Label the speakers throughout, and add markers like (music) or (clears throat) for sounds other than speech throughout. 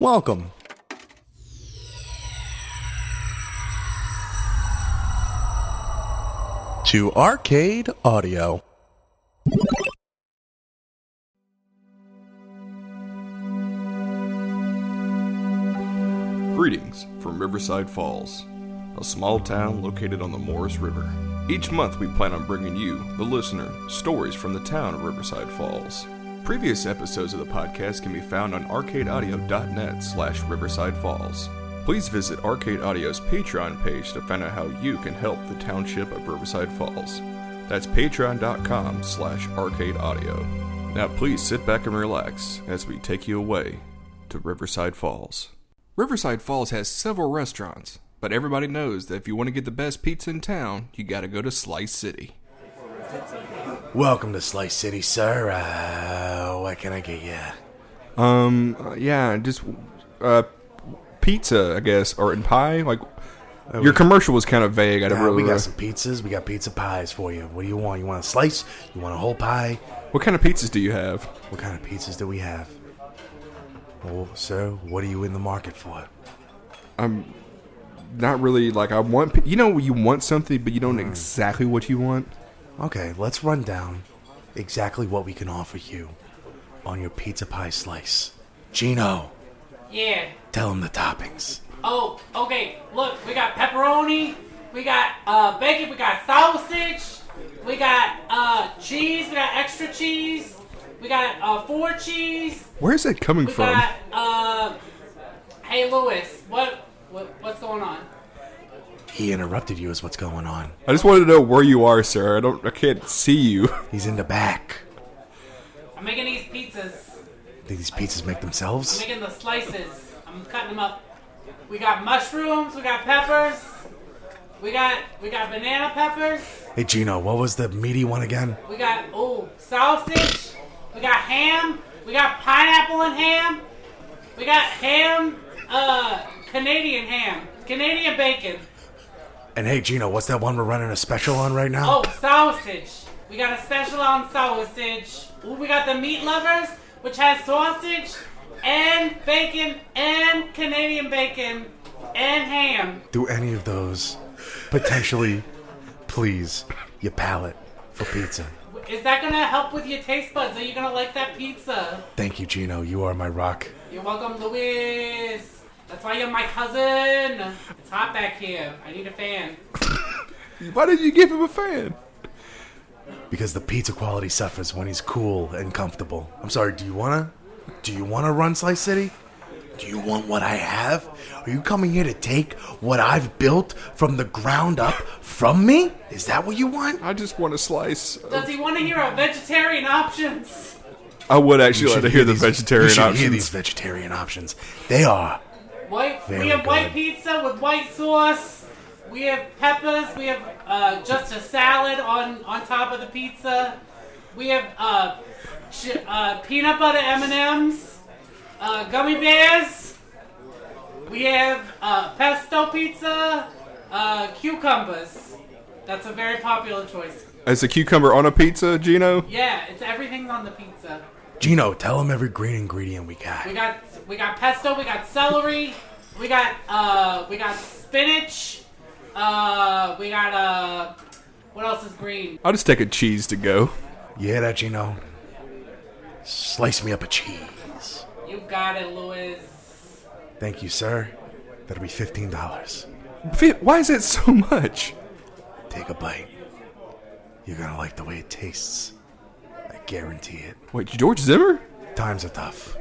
Speaker 1: Welcome. To Arcade Audio.
Speaker 2: Greetings from Riverside Falls, a small town located on the Morris River. Each month, we plan on bringing you, the listener, stories from the town of Riverside Falls. Previous episodes of the podcast can be found on arcadeaudio.net slash Riverside Falls. Please visit Arcade Audio's Patreon page to find out how you can help the township of Riverside Falls. That's patreon.com slash arcade audio. Now please sit back and relax as we take you away to Riverside Falls. Riverside Falls has several restaurants, but everybody knows that if you want to get the best pizza in town, you got to go to Slice City.
Speaker 1: Welcome to Slice City, sir. Uh, what can I get you?
Speaker 2: Um, uh, yeah, just uh, pizza, I guess, or in pie. Like your commercial was kind of vague. I didn't
Speaker 1: Uh,
Speaker 2: really.
Speaker 1: we got some pizzas. We got pizza pies for you. What do you want? You want a slice? You want a whole pie?
Speaker 2: What kind of pizzas do you have?
Speaker 1: What kind of pizzas do we have? Oh, sir, what are you in the market for?
Speaker 2: Not really. Like I want. pi- You know, you want something, but you
Speaker 1: Hmm.
Speaker 2: don't know exactly what you want.
Speaker 1: Okay, let's run down exactly what we can offer you on your pizza pie slice. Gino,
Speaker 3: Yeah.
Speaker 1: tell him the toppings.
Speaker 3: Oh, okay. Look, we got pepperoni, we got uh, bacon, we got sausage, we got uh, cheese, we got extra cheese, we got uh, four cheese,
Speaker 2: Where's that coming
Speaker 3: we
Speaker 2: from?
Speaker 3: got uh, hey Lewis, what, what what's going on?
Speaker 1: He interrupted you, is what's going on.
Speaker 2: I just wanted to know where you are, sir. I don't. I can't see you. (laughs)
Speaker 1: He's in the back.
Speaker 3: I'm making these pizzas.
Speaker 1: Do these pizzas make
Speaker 3: I'm
Speaker 1: themselves?
Speaker 3: making the slices. I'm cutting them up. We got mushrooms, we got peppers, we got we got banana peppers.
Speaker 1: Hey, Gino, what was the meaty one again?
Speaker 3: We got oh sausage. We got ham. We got pineapple and ham. We got ham, uh, Canadian ham, Canadian bacon.
Speaker 1: And hey, Gino, what's that one we're running a special on right now?
Speaker 3: Oh sausage. We got a special on sausage. Ooh, we got the meat lovers, which has sausage and bacon and Canadian bacon and ham.
Speaker 1: Do any of those potentially please your palate for pizza?
Speaker 3: Is that gonna help with your taste buds? Are you gonna like that pizza?
Speaker 1: Thank you, Gino. You are my rock.
Speaker 3: You're welcome, Louis. That's why you're my cousin. It's hot back here. I need a fan.
Speaker 2: Why did you give him a fan?
Speaker 1: Because the pizza quality suffers when he's cool and comfortable. I'm sorry, do you wanna? Do you wanna run Slice City? Do you want what I have? Are you coming here to take what I've built from the ground up from me? Is that what you want?
Speaker 2: I just want a slice. of-
Speaker 3: Does he want to hear our vegetarian options?
Speaker 2: I would actually
Speaker 1: should
Speaker 2: like to hear the
Speaker 1: these-
Speaker 2: vegetarian
Speaker 1: you should
Speaker 2: options.
Speaker 1: hear these vegetarian options. They are
Speaker 3: White.
Speaker 1: Very
Speaker 3: we have white
Speaker 1: good.
Speaker 3: pizza with white sauce. We have peppers. We have uh, just a salad on on top of the pizza. We have uh, ch- uh, peanut butter M and M's, uh, gummy bears. We have uh, pesto pizza, uh, cucumbers. That's a very popular choice.
Speaker 2: As a cucumber on a pizza, Gino?
Speaker 3: Yeah, it's everything's on the pizza.
Speaker 1: Gino, tell them every green ingredient we got.
Speaker 3: We got we got pesto, we got celery, we got uh we got spinach, uh we got uh what else is green?
Speaker 2: I'll just take a cheese to go.
Speaker 1: Yeah, that Gino. Slice me up a cheese.
Speaker 3: You got it, Louis.
Speaker 1: Thank you, sir. That'll be fifteen dollars.
Speaker 2: Fit, why is that so much?
Speaker 1: Take a bite. You're gonna like the way it tastes. I guarantee it.
Speaker 2: Wait, George Zimmer?
Speaker 1: Times are tough.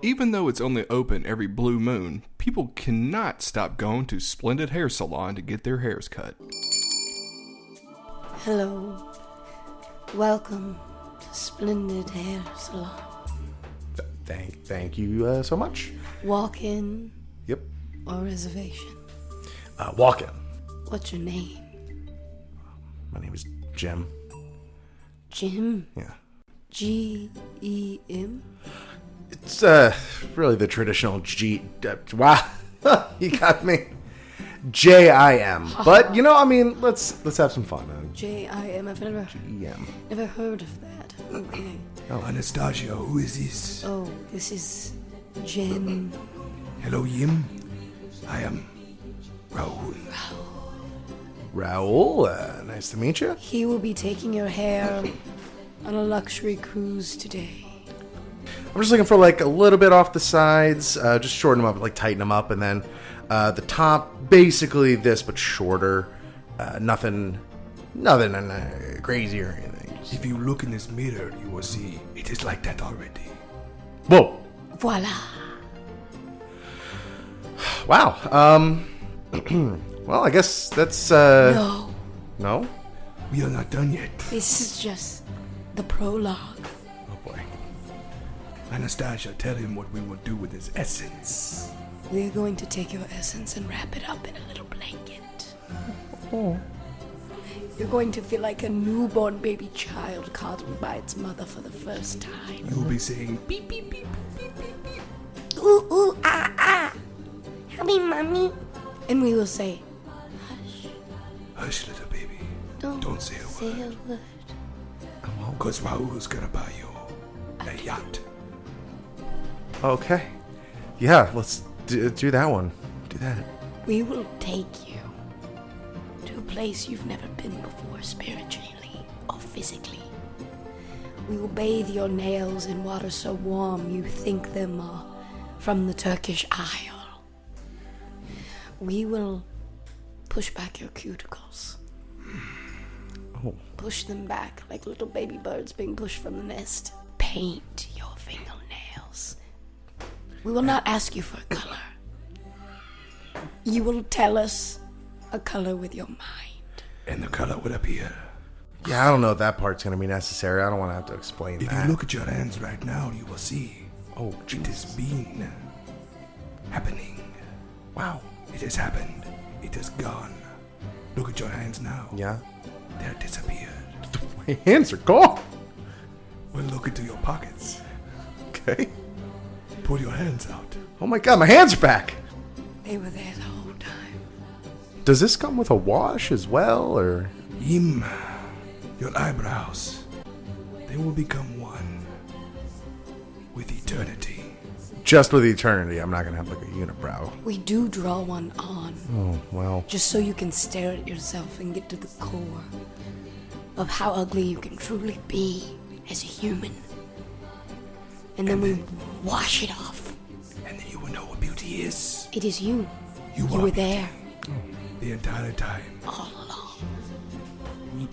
Speaker 2: Even though it's only open every blue moon, people cannot stop going to Splendid Hair Salon to get their hairs cut.
Speaker 4: Hello. Welcome to Splendid Hair Salon.
Speaker 1: Thank, thank you uh, so much.
Speaker 4: Walk in
Speaker 1: Yep.
Speaker 4: or reservation?
Speaker 1: Uh, walk in.
Speaker 4: What's your name?
Speaker 1: My name is Jim.
Speaker 4: Jim?
Speaker 1: Yeah.
Speaker 4: G E M?
Speaker 1: It's uh, really the traditional G. Uh, wow, (laughs) you got me. J I M. But you know, I mean, let's let's have some fun.
Speaker 4: J I M? I've never,
Speaker 1: Uh, E M.
Speaker 4: never heard of that. Okay.
Speaker 2: Anastasia, who Oh, is this?
Speaker 4: Oh, this is Jim.
Speaker 1: Hello, Yim. I am Raoul. Raoul, uh, nice to meet you.
Speaker 4: He will be taking your hair on a luxury cruise today.
Speaker 1: I'm just looking for like a little bit off the sides, uh, just shorten them up, like tighten them up, and then uh, the top, basically this but shorter. Uh, nothing, nothing uh, crazy or anything. Just-
Speaker 5: If you look in this mirror, you will see it is like that already.
Speaker 1: Whoa!
Speaker 4: Voila.
Speaker 1: Wow. Um. (clears throat) well, I guess that's uh.
Speaker 4: No,
Speaker 1: No.
Speaker 5: We are not done yet.
Speaker 4: this is just the prologue.
Speaker 5: Oh boy. Anastasia, tell him what we will do with his essence.
Speaker 4: We're going to take your essence and wrap it up in a little blanket. You're going to feel like a newborn baby child coddled by its mother for the first time.
Speaker 5: You will be saying, "Beep."
Speaker 4: Ooh, ooh, ah, ah. Help me, mommy. And we will say,
Speaker 5: Hush, little baby.
Speaker 4: Don't,
Speaker 5: Don't say a
Speaker 4: say a word.
Speaker 5: Because Raul's gonna buy you a yacht.
Speaker 1: Okay. Yeah. Let's do, do that one. Do that.
Speaker 4: We will take you to a place you've never been before, spiritually or physically. We will bathe your nails in water so warm you think them are from the Turkish Isle. We will push back your cuticles. Push them back like little baby birds being pushed from the nest. Paint your fingernails. We will not ask you for a color. You will tell us a color with your mind.
Speaker 5: And the color would appear.
Speaker 1: Yeah, I don't know if that part's gonna be necessary. I don't want to have to explain
Speaker 5: If
Speaker 1: that.
Speaker 5: you look at your hands right now, you will see
Speaker 1: oh,
Speaker 5: it has been happening. Wow. It has happened. It has gone. Look at your hands now.
Speaker 1: yeah.
Speaker 5: They're disappeared.
Speaker 1: My hands are gone. (laughs)
Speaker 5: Well, look into your pockets.
Speaker 1: Okay.
Speaker 5: Pull your hands out.
Speaker 1: Oh my god, my hands are back.
Speaker 4: They were there the whole time.
Speaker 1: Does this come with a wash as well, or
Speaker 5: Yim, your eyebrows, they will become one with eternity.
Speaker 1: just with eternity? I'm not gonna have like a unibrow.
Speaker 4: We do draw one on,
Speaker 1: Oh well.
Speaker 4: just so you can stare at yourself and get to the core of how ugly you can truly be as a human. And then we wash it off.
Speaker 5: And then you will know what beauty is
Speaker 4: It is you.
Speaker 5: You
Speaker 4: you
Speaker 5: are
Speaker 4: were there
Speaker 5: the entire time.
Speaker 4: all along.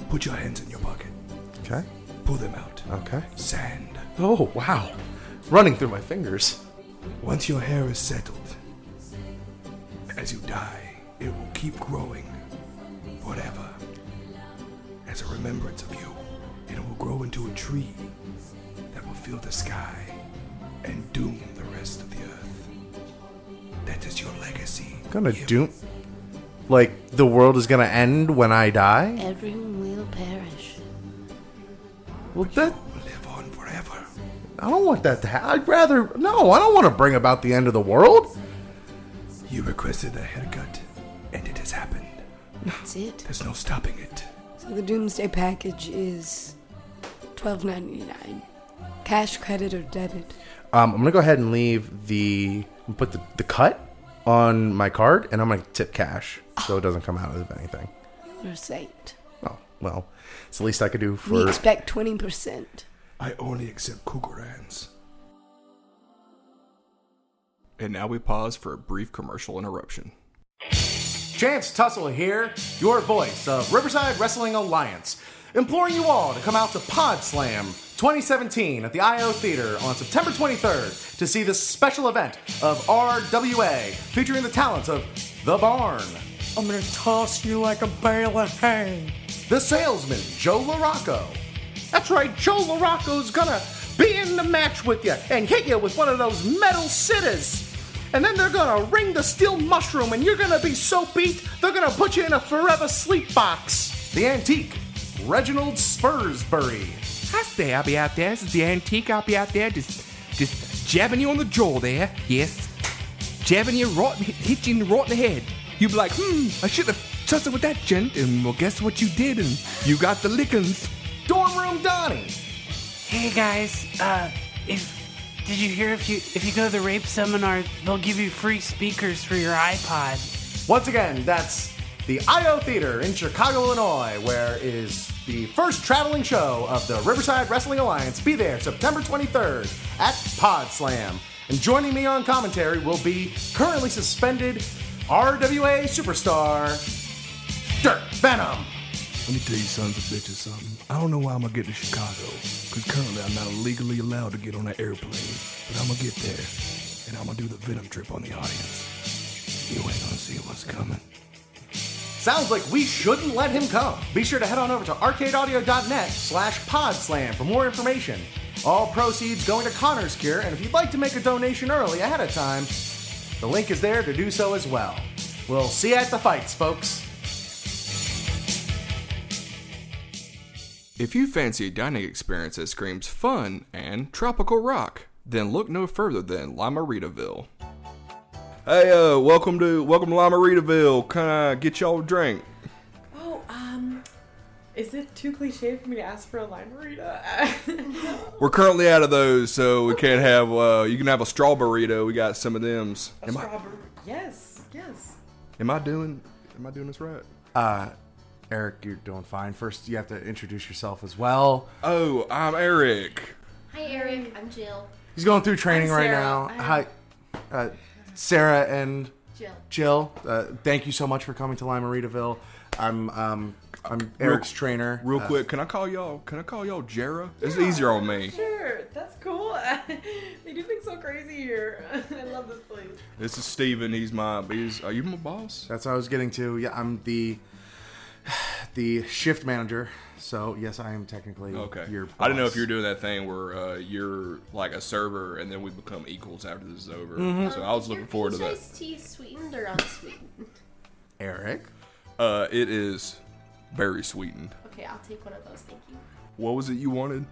Speaker 5: Put your hands in your pocket,
Speaker 1: Okay.
Speaker 5: pull them out.
Speaker 1: Okay.
Speaker 5: Sand.
Speaker 1: Oh wow, running through my fingers.
Speaker 5: Once your hair is settled, as you die, it will keep growing forever as a remembrance of you. And it will grow into a tree that will fill the sky and doom the rest of the earth. That is your legacy.
Speaker 1: Gonna
Speaker 5: You-
Speaker 1: do. Like the world is gonna end when I die.
Speaker 4: Everyone will perish.
Speaker 1: Well, that
Speaker 5: will live on forever.
Speaker 1: I don't want that to happen. I'd rather no. I don't want to bring about the end of the world.
Speaker 5: You requested a haircut, and it has happened.
Speaker 4: That's it.
Speaker 5: There's no stopping it.
Speaker 4: So the Doomsday package is twelve ninety nine. Cash, credit, or debit.
Speaker 1: Um, I'm gonna go ahead and leave the put the, the cut on my card, and I'm gonna tip cash so it doesn't come out of anything.
Speaker 4: You're a saint.
Speaker 1: Oh well, it's the least I could do
Speaker 4: We
Speaker 1: for.
Speaker 4: expect 20%.
Speaker 5: I only accept Kugurans.
Speaker 2: And now we pause for a brief commercial interruption.
Speaker 1: Chance Tussle here, your voice of Riverside Wrestling Alliance, imploring you all to come out to Pod Slam 2017 at the IO Theater on September 23rd to see this special event of RWA featuring the talents of The Barn. I'm gonna toss you like a bale of hay. The salesman, Joe LaRocco. That's right, Joe LaRocco's gonna be in the match with you and hit you with one of those metal sitters. And then they're gonna ring the steel mushroom and you're gonna be so beat, they're gonna put you in a forever sleep box. The antique, Reginald Spursbury.
Speaker 6: I say I'll be out there. This is the antique. I'll be out there just, just jabbing you on the jaw there. Yes. Jabbing you right, hit- hitting you right in the head. You'll be like, hmm, I should have trusted with that gent. And well, guess what you did? And you got the lickings.
Speaker 1: Dorm Room Donnie.
Speaker 7: Hey guys, uh, if
Speaker 8: Did you hear if you if you go to the rape seminar, they'll give you free speakers for your iPod.
Speaker 1: Once again, that's the IO Theater in Chicago, Illinois, where is the first traveling show of the Riverside Wrestling Alliance. Be there September 23rd at Pod Slam. And joining me on commentary will be currently suspended RWA superstar Dirk Venom.
Speaker 5: Let me tell you sons of bitches something. I don't know why I'm gonna get to Chicago, because currently I'm not legally allowed to get on an airplane. But I'm gonna get there, and I'm gonna do the venom trip on the audience. You ain't gonna see what's coming.
Speaker 1: Sounds like we shouldn't let him come. Be sure to head on over to arcadeaudio.net slash podslam for more information. All proceeds going to Connor's Cure, and if you'd like to make a donation early ahead of time, the link is there to do so as well. We'll see you at the fights, folks.
Speaker 2: If you fancy a dining experience that screams fun and tropical rock, then look no further than Lamaritaville. Hey, uh, welcome to welcome to Lamaritaville. Can I get y'all a drink?
Speaker 9: Oh, um, is it too cliche for me to ask for a lime burrito?
Speaker 2: We're currently out of those, so we can't have. Uh, you can have a straw burrito. We got some of them's. Am I,
Speaker 9: Strawberry. Yes, yes.
Speaker 2: am I doing? Am I doing this right?
Speaker 1: Eric, you're doing fine. First, you have to introduce yourself as well.
Speaker 2: Oh, I'm Eric.
Speaker 10: Hi, Eric. I'm Jill.
Speaker 1: He's going through training
Speaker 9: I'm
Speaker 1: right
Speaker 9: Sarah.
Speaker 1: now.
Speaker 9: I'm-
Speaker 1: Hi, uh, Sarah and
Speaker 10: Jill.
Speaker 1: Jill. Uh, thank you so much for coming to Lamaritaville. I'm um, I'm Eric's trainer.
Speaker 2: Real
Speaker 1: Uh,
Speaker 2: quick, can I call y'all? Can I call y'all Jera? It's easier on me.
Speaker 9: Sure, that's cool. (laughs) they do things so crazy here. (laughs) I love this place. (laughs)
Speaker 2: This is Steven. He's my. He's. Are you my boss?
Speaker 1: That's what I was getting to. Yeah, I'm the (sighs) the shift manager. So yes, I am technically
Speaker 2: Okay.
Speaker 1: your.
Speaker 2: I don't know if
Speaker 1: boss.
Speaker 2: you're doing that thing where uh, you're like a server and then we become equals after this is over.
Speaker 10: Mm-hmm.
Speaker 2: So I was looking forward to that.
Speaker 10: Iced tea sweetened or unsweetened?
Speaker 1: Eric.
Speaker 2: Uh, it is very sweetened.
Speaker 10: Okay, I'll take one of those. Thank you.
Speaker 2: What was it you wanted?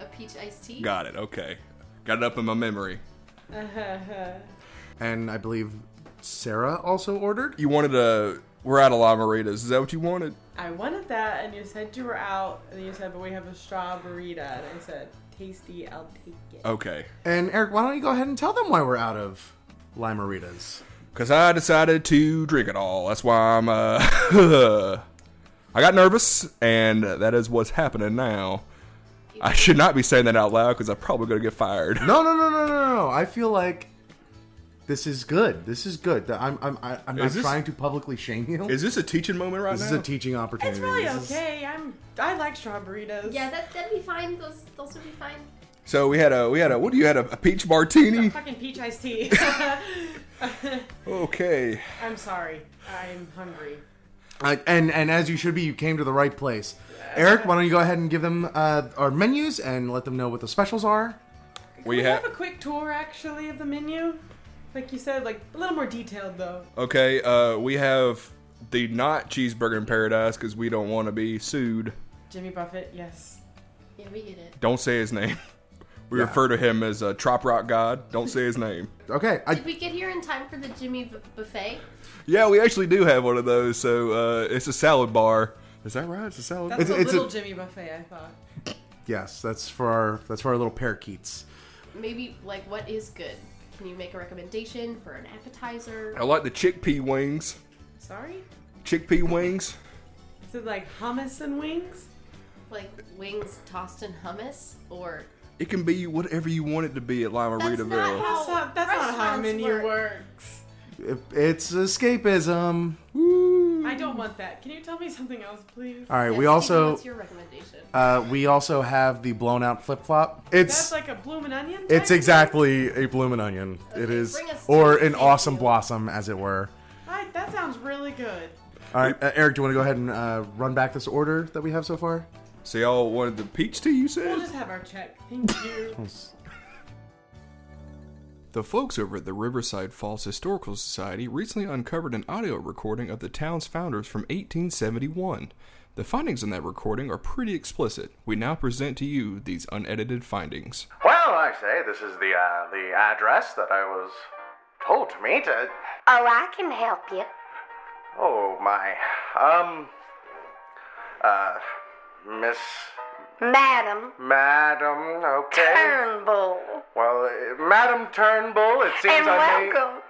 Speaker 10: A peach iced tea.
Speaker 2: Got it. Okay. Got it up in my memory.
Speaker 1: And I believe Sarah also ordered.
Speaker 2: You wanted a. We're out of La Marita's. Is that what you wanted?
Speaker 9: I wanted that, and you said you were out, and then you said, but we have a straw burrito. And I said, tasty, I'll take it.
Speaker 2: Okay.
Speaker 1: And Eric, why don't you go ahead and tell them why we're out of Limeritas?
Speaker 2: Cause I decided to drink it all. That's why I'm. Uh, (laughs) I got nervous, and that is what's happening now. I should not be saying that out loud because I'm probably gonna get fired. (laughs)
Speaker 1: No, no, no, no, no, no. I feel like this is good. This is good. I'm I'm I- I'm not
Speaker 2: Is this-
Speaker 1: trying to publicly shame you.
Speaker 2: Is this a teaching moment right
Speaker 1: this
Speaker 2: now?
Speaker 1: is a teaching opportunity.
Speaker 9: It's really
Speaker 1: This is-
Speaker 9: okay. I'm. I like straw burritos.
Speaker 10: Yeah, that that'd be fine. Those those would be fine.
Speaker 2: so we had a we had a what do you had a, a peach (laughs) martini?
Speaker 9: Fucking peach iced tea. (laughs)
Speaker 2: Okay.
Speaker 9: I'm sorry. I'm hungry.
Speaker 1: Uh, and and as you should be, you came to the right place. Eric, why don't you go ahead and give them uh, our menus and let them know what the specials are?
Speaker 9: Can
Speaker 2: We
Speaker 9: we
Speaker 2: have
Speaker 9: have a quick tour, actually, of the menu. Like you said, like a little more detailed though.
Speaker 2: okay. Uh, we have the not cheeseburger in paradise because we don't want to be sued.
Speaker 9: Jimmy Buffett, yes.
Speaker 10: Yeah, we get it.
Speaker 2: Don't say his name. (laughs) We refer to him as a Trop Rock God. Don't say his name.
Speaker 1: Okay, I,
Speaker 10: Did we get here in time for the Jimmy b- buffet?
Speaker 2: Yeah, we actually do have one of those. So uh, it's a salad bar. Is that right? It's a salad.
Speaker 9: That's
Speaker 1: It's-
Speaker 9: a
Speaker 1: it's a-
Speaker 9: little Jimmy Buffet, I thought.
Speaker 1: yes, that's for our that's for our little parakeets.
Speaker 10: Maybe like what is good? Can you make a recommendation for an appetizer?
Speaker 2: I like the chickpea wings.
Speaker 9: Sorry?
Speaker 2: Chickpea wings.
Speaker 9: Is it like hummus and wings?
Speaker 10: Like wings tossed in hummus or
Speaker 2: It can be whatever you want it to be at Lima
Speaker 10: That's not
Speaker 2: Ritaville.
Speaker 10: how-
Speaker 9: That's not, that's not how
Speaker 10: restaurants
Speaker 9: menu
Speaker 10: work.
Speaker 9: works.
Speaker 1: It, it's escapism.
Speaker 9: I don't want that. Can you tell me something else, please?
Speaker 1: All right,
Speaker 10: Yes,
Speaker 1: we
Speaker 10: Nikki,
Speaker 1: also
Speaker 10: What's your recommendation?
Speaker 1: uh, we also have the blown out flip flop. It's
Speaker 9: That's like a bloomin' onion?
Speaker 1: it's
Speaker 9: technically?
Speaker 1: exactly a bloomin' onion. it is,
Speaker 10: bring us
Speaker 1: or
Speaker 10: two,
Speaker 1: an
Speaker 10: thank
Speaker 1: awesome
Speaker 10: you.
Speaker 1: blossom, as it were.
Speaker 9: I, that sounds really good.
Speaker 1: All right, uh, Eric, do you want to go ahead and uh, run back this order that we have so far?
Speaker 2: So y'all wanted the peach tea? You
Speaker 9: We'll
Speaker 2: said.
Speaker 9: just have our check. Thank you.
Speaker 2: The folks over at the Riverside Falls Historical Society recently uncovered an audio recording of the town's founders from 1871. The findings in that recording are pretty explicit. We now present to you these unedited findings.
Speaker 11: Well, I say this is the uh, the address that I was told to meet. Uh,
Speaker 12: Oh, I can help you.
Speaker 11: oh my, um, uh, Miss Madam
Speaker 1: Madam, okay.
Speaker 11: Turnbull.
Speaker 1: Well, uh, Madam Turnbull, it seems
Speaker 11: And
Speaker 1: I
Speaker 11: welcome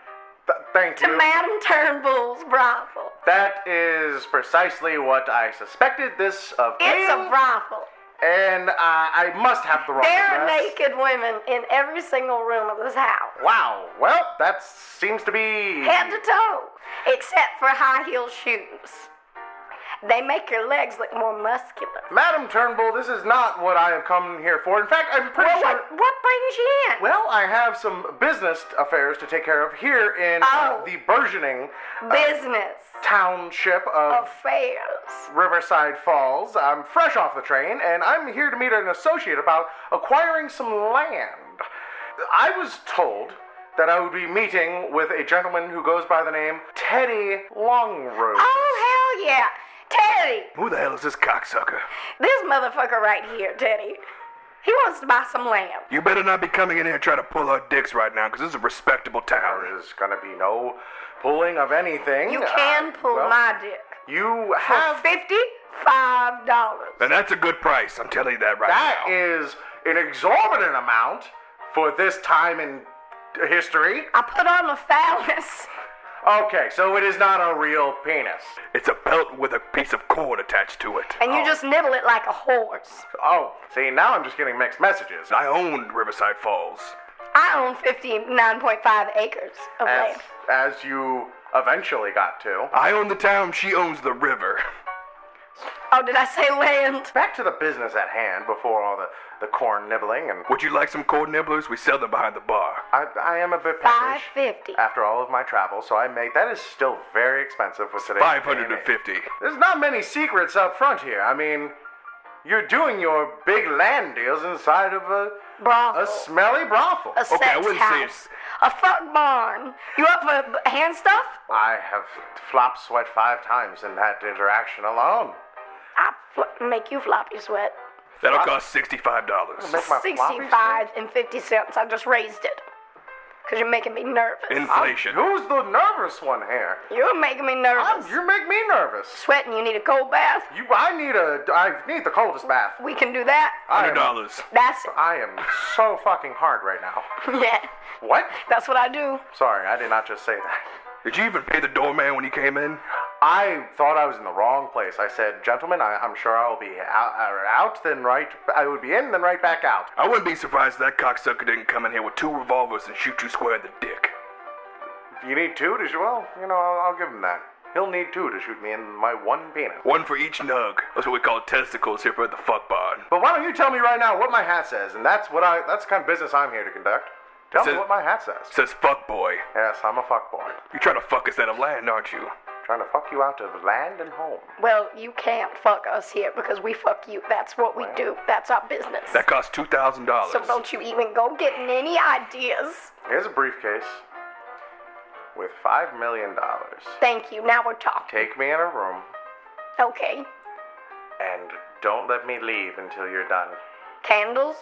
Speaker 1: may. Th- thank
Speaker 11: to
Speaker 1: you.
Speaker 11: Madam Turnbull's brothel.
Speaker 1: that is precisely what I suspected this of
Speaker 11: It's
Speaker 1: you,
Speaker 11: a brothel.
Speaker 1: and uh, I must have the wrong
Speaker 11: There are
Speaker 1: address.
Speaker 11: naked women in every single room of this house,
Speaker 1: Wow. Well, that seems to be.
Speaker 11: head to toe, except for high heel shoes. They make your legs look more muscular.
Speaker 1: Madam Turnbull, this is not what I have come here for. In fact, I'm pretty
Speaker 11: Well,
Speaker 1: sure.
Speaker 11: what, what brings you in?
Speaker 1: Well, I have some business affairs to take care of here in uh,
Speaker 11: Oh.
Speaker 1: the burgeoning uh,
Speaker 11: Business
Speaker 1: township
Speaker 11: uh,
Speaker 1: of
Speaker 11: affairs.
Speaker 1: Riverside Falls. I'm fresh off the train, and I'm here to meet an associate about acquiring some land. I was told that I would be meeting with a gentleman who goes by the name Teddy Longrose.
Speaker 11: Oh, hell yeah. Teddy,
Speaker 1: Who the hell is this cocksucker?
Speaker 11: this motherfucker right here, Teddy, he wants to buy some land.
Speaker 5: You better not be coming in here trying to pull our dicks right now, because this is a respectable town.
Speaker 1: There is gonna be no pulling of anything.
Speaker 11: You can
Speaker 1: Uh,
Speaker 11: pull
Speaker 1: well,
Speaker 11: my dick
Speaker 1: You
Speaker 11: for
Speaker 1: have
Speaker 11: $55.
Speaker 5: And that's a good price, I'm telling you that right
Speaker 1: That
Speaker 5: now.
Speaker 1: is an exorbitant amount for this time in history.
Speaker 11: I put on a phallus.
Speaker 1: Okay, so it is not a real penis.
Speaker 5: It's a belt with a piece of cord attached to it.
Speaker 11: And you just nibble it like a horse.
Speaker 1: Oh, see, now I'm just getting mixed messages.
Speaker 5: I owned Riverside Falls.
Speaker 11: I own 59.5 acres of
Speaker 1: As,
Speaker 11: land.
Speaker 1: as you eventually got to.
Speaker 5: I own the town, she owns the river.
Speaker 11: Oh, did I say land?
Speaker 1: Back to the business at hand before all the, the corn nibbling and.
Speaker 5: Would you like some cord nibblers? We sell them behind the bar.
Speaker 1: I, I am a bit
Speaker 11: Five
Speaker 1: peckish
Speaker 11: fifty.
Speaker 1: after all of my travel, so I make that is still very expensive for today.
Speaker 5: 550.
Speaker 1: There's not many secrets up front here. I mean, you're doing your big land deals inside of a
Speaker 11: Brothel.
Speaker 1: a smelly brothel.
Speaker 11: A sex
Speaker 5: I wouldn't say
Speaker 11: house.
Speaker 5: it's-
Speaker 11: A fuck barn. You up for b- hand stuff?
Speaker 1: I have flopped sweat five times in that interaction alone.
Speaker 11: I fl- make you floppy sweat.
Speaker 5: That'll cost
Speaker 11: Uh-huh.
Speaker 5: $65.
Speaker 1: Make my floppy sweat?
Speaker 11: 65 and 50 cents. I just raised it. Because you're making me nervous.
Speaker 5: Inflation.
Speaker 1: Who's the nervous one here?
Speaker 11: you're making me nervous.
Speaker 1: I'm, you make me nervous.
Speaker 11: Sweating, you need a cold bath.
Speaker 1: You, I need a, I need the coldest bath.
Speaker 11: We can do that.
Speaker 1: I
Speaker 5: Hundred
Speaker 1: am-
Speaker 5: dollars.
Speaker 11: That's (laughs)
Speaker 1: I am so fucking hard right now.
Speaker 11: yeah.
Speaker 1: What?
Speaker 11: That's what I do.
Speaker 1: Sorry, I did not just say that.
Speaker 5: Did you even pay the doorman when you came in?
Speaker 1: I thought I was in the wrong place. I said, gentlemen, I, I'm sure I'll be out, uh, out, then right. I would be in, then right back out.
Speaker 5: I wouldn't be surprised if that cocksucker didn't come in here with two revolvers and shoot you square in the dick.
Speaker 1: You need two to shoot? Well, you know, I'll, I'll give him that. He'll need two to shoot me in my one penis.
Speaker 5: One for each nug. That's what we call testicles here for the fuck barn.
Speaker 1: But why don't you tell me right now what my hat says? And that's what I. That's the kind of business I'm here to conduct. Tell
Speaker 5: It
Speaker 1: me
Speaker 5: says-
Speaker 1: what my hat says.
Speaker 5: Says fuck boy.
Speaker 1: Yes, I'm a fuckboy.
Speaker 5: You're trying to fuck us out of land, aren't you?
Speaker 1: Trying to fuck you out of land and home.
Speaker 11: Well, you can't fuck us here because we fuck you. That's what we do. That's our business.
Speaker 5: That costs two thousand dollars.
Speaker 11: So don't you even go getting any ideas.
Speaker 1: Here's a briefcase with $5 million.
Speaker 11: Thank you. Now we're talking.
Speaker 1: Take me in a room
Speaker 11: Okay.
Speaker 1: and don't let me leave until you're done.
Speaker 11: Candles?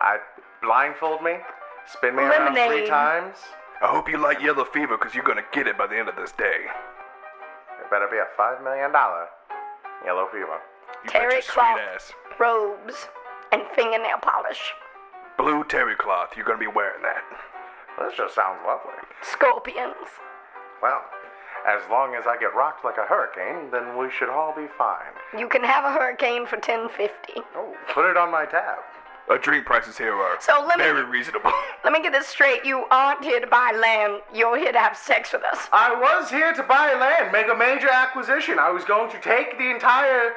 Speaker 1: I blindfold me, spin me around three
Speaker 11: Lemonade.
Speaker 1: times.
Speaker 5: I hope you like yellow fever, because you're gonna get it by the end of this day.
Speaker 1: It better be a five million dollar yellow fever.
Speaker 5: You bet
Speaker 11: Terry
Speaker 5: your
Speaker 11: cloth.
Speaker 5: sweet ass.
Speaker 11: Robes. And fingernail polish.
Speaker 5: Blue terry cloth. You're gonna be wearing that.
Speaker 1: This just sounds lovely.
Speaker 11: Scorpions.
Speaker 1: Well, as long as I get rocked like a hurricane, then we should all be fine.
Speaker 11: You can have a hurricane for ten fifty.
Speaker 1: Oh, put it on my tab.
Speaker 5: Our drink prices here are
Speaker 11: So let me-
Speaker 5: very reasonable.
Speaker 11: (laughs) Let me get this straight. You aren't here to buy land. You're here to have sex with us.
Speaker 1: I was here to buy land, make a major acquisition. I was going to take the entire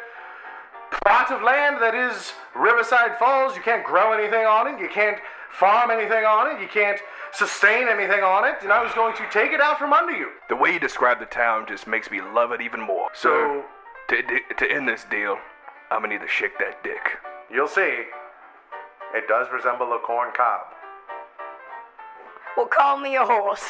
Speaker 1: plot of land that is Riverside Falls. You can't grow anything on it, you can't farm anything on it, you can't sustain anything on it, and I was going to take it out from under you.
Speaker 5: the way you describe the town just makes me love it even more. So, to, to end this deal, I'm gonna need to shake that dick.
Speaker 1: You'll see. It does resemble a corn cob.
Speaker 11: Well, call me a horse.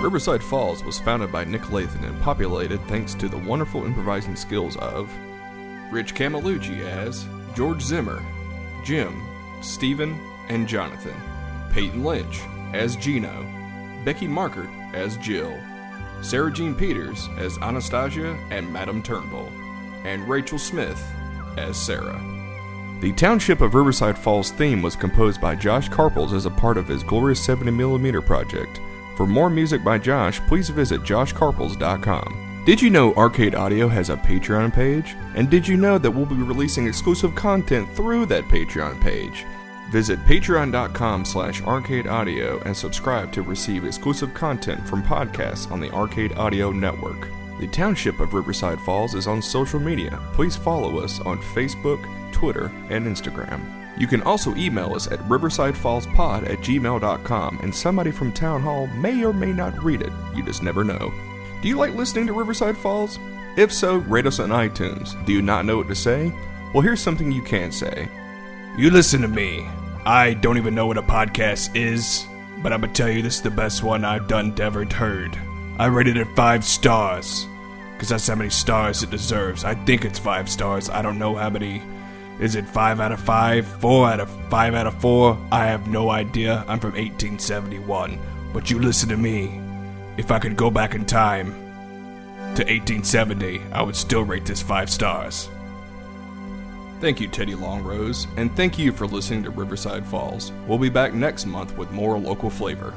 Speaker 2: Riverside Falls was founded by Nick Lathan and populated thanks to the wonderful improvising skills of Rich Camelucci as George Zimmer, Jim, Stephen, and Jonathan, Peyton Lynch as Gino, Becky Markert as Jill, Sarah Jean Peters as Anastasia and Madame Turnbull, and Rachel Smith as Sarah. The Township of Riverside Falls theme was composed by Josh Carples as a part of his Glorious 70mm project. For more music by Josh, please visit joshcarples.com. Did you know Arcade Audio has a Patreon page? And did you know that we'll be releasing exclusive content through that Patreon page? Visit patreon.com slash arcadeaudio and subscribe to receive exclusive content from podcasts on the Arcade Audio Network. The Township of Riverside Falls is on social media. Please follow us on Facebook, Twitter, and Instagram. You can also email us at riversidefallspod at gmail.com and somebody from Town Hall may or may not read it. You just never know. Do you like listening to Riverside Falls? If so, rate us on iTunes. Do you not know what to say? Well, here's something you can say.
Speaker 5: You listen to me. I don't even know what a podcast is, but I'm gonna tell you this is the best one I've done ever heard. I rated it five stars, because that's how many stars it deserves. I think it's five stars. I don't know how many. Is it five out of five? Four out of five out of four? I have no idea. I'm from 1871. But you listen to me. If I could go back in time to 1870, I would still rate this five stars.
Speaker 2: Thank you, Teddy Longrose, and thank you for listening to Riverside Falls. We'll be back next month with more local flavor.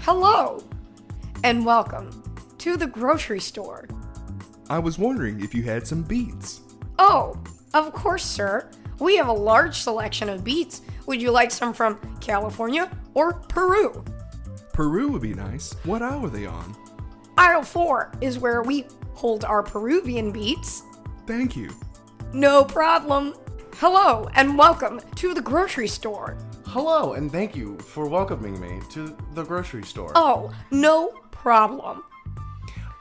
Speaker 11: Hello, and welcome to the grocery store.
Speaker 2: I was wondering if you had some beets.
Speaker 11: Oh, of course, sir. We have a large selection of beets. Would you like some from California or Peru?
Speaker 2: Peru would be nice. What aisle are they on?
Speaker 11: Aisle 4 is where we hold our Peruvian beets.
Speaker 2: Thank you.
Speaker 11: No problem. Hello, and welcome to the grocery store.
Speaker 1: Hello, and thank you for welcoming me to the grocery store.
Speaker 11: Oh, no problem.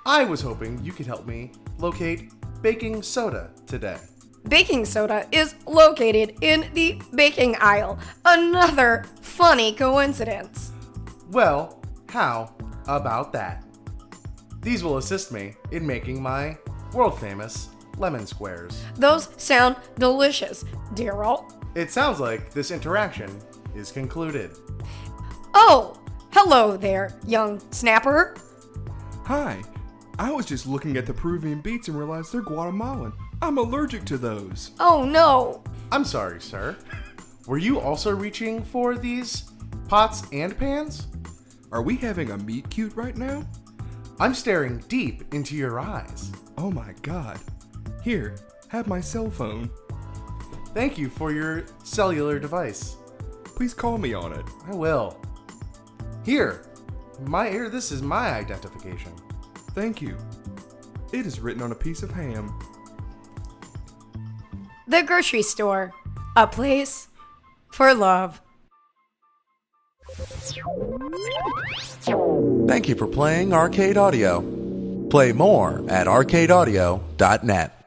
Speaker 1: I was hoping you could help me locate baking soda today.
Speaker 11: Baking soda is located in the baking aisle. Another funny coincidence.
Speaker 1: Well, how about that? These will assist me in making my world famous lemon squares.
Speaker 11: Those sound delicious, Daryl.
Speaker 1: It sounds like this interaction is concluded.
Speaker 11: Oh, hello there, young snapper.
Speaker 2: Hi, I was just looking at the Peruvian beets and realized they're Guatemalan. I'm allergic to those.
Speaker 11: Oh no.
Speaker 1: I'm sorry, sir. (laughs) Were you also reaching for these pots and pans?
Speaker 2: Are we having a meet cute right now?
Speaker 1: I'm staring deep into your eyes.
Speaker 2: Oh my god. Here, have my cell phone.
Speaker 1: Thank you for your cellular device.
Speaker 2: Please call me on it.
Speaker 1: I will. Here, my here. This is my identification.
Speaker 2: Thank you. It is written on a piece of ham.
Speaker 11: The grocery store, a place for love.
Speaker 13: Thank you for playing Arcade Audio. Play more at arcadeaudio.net.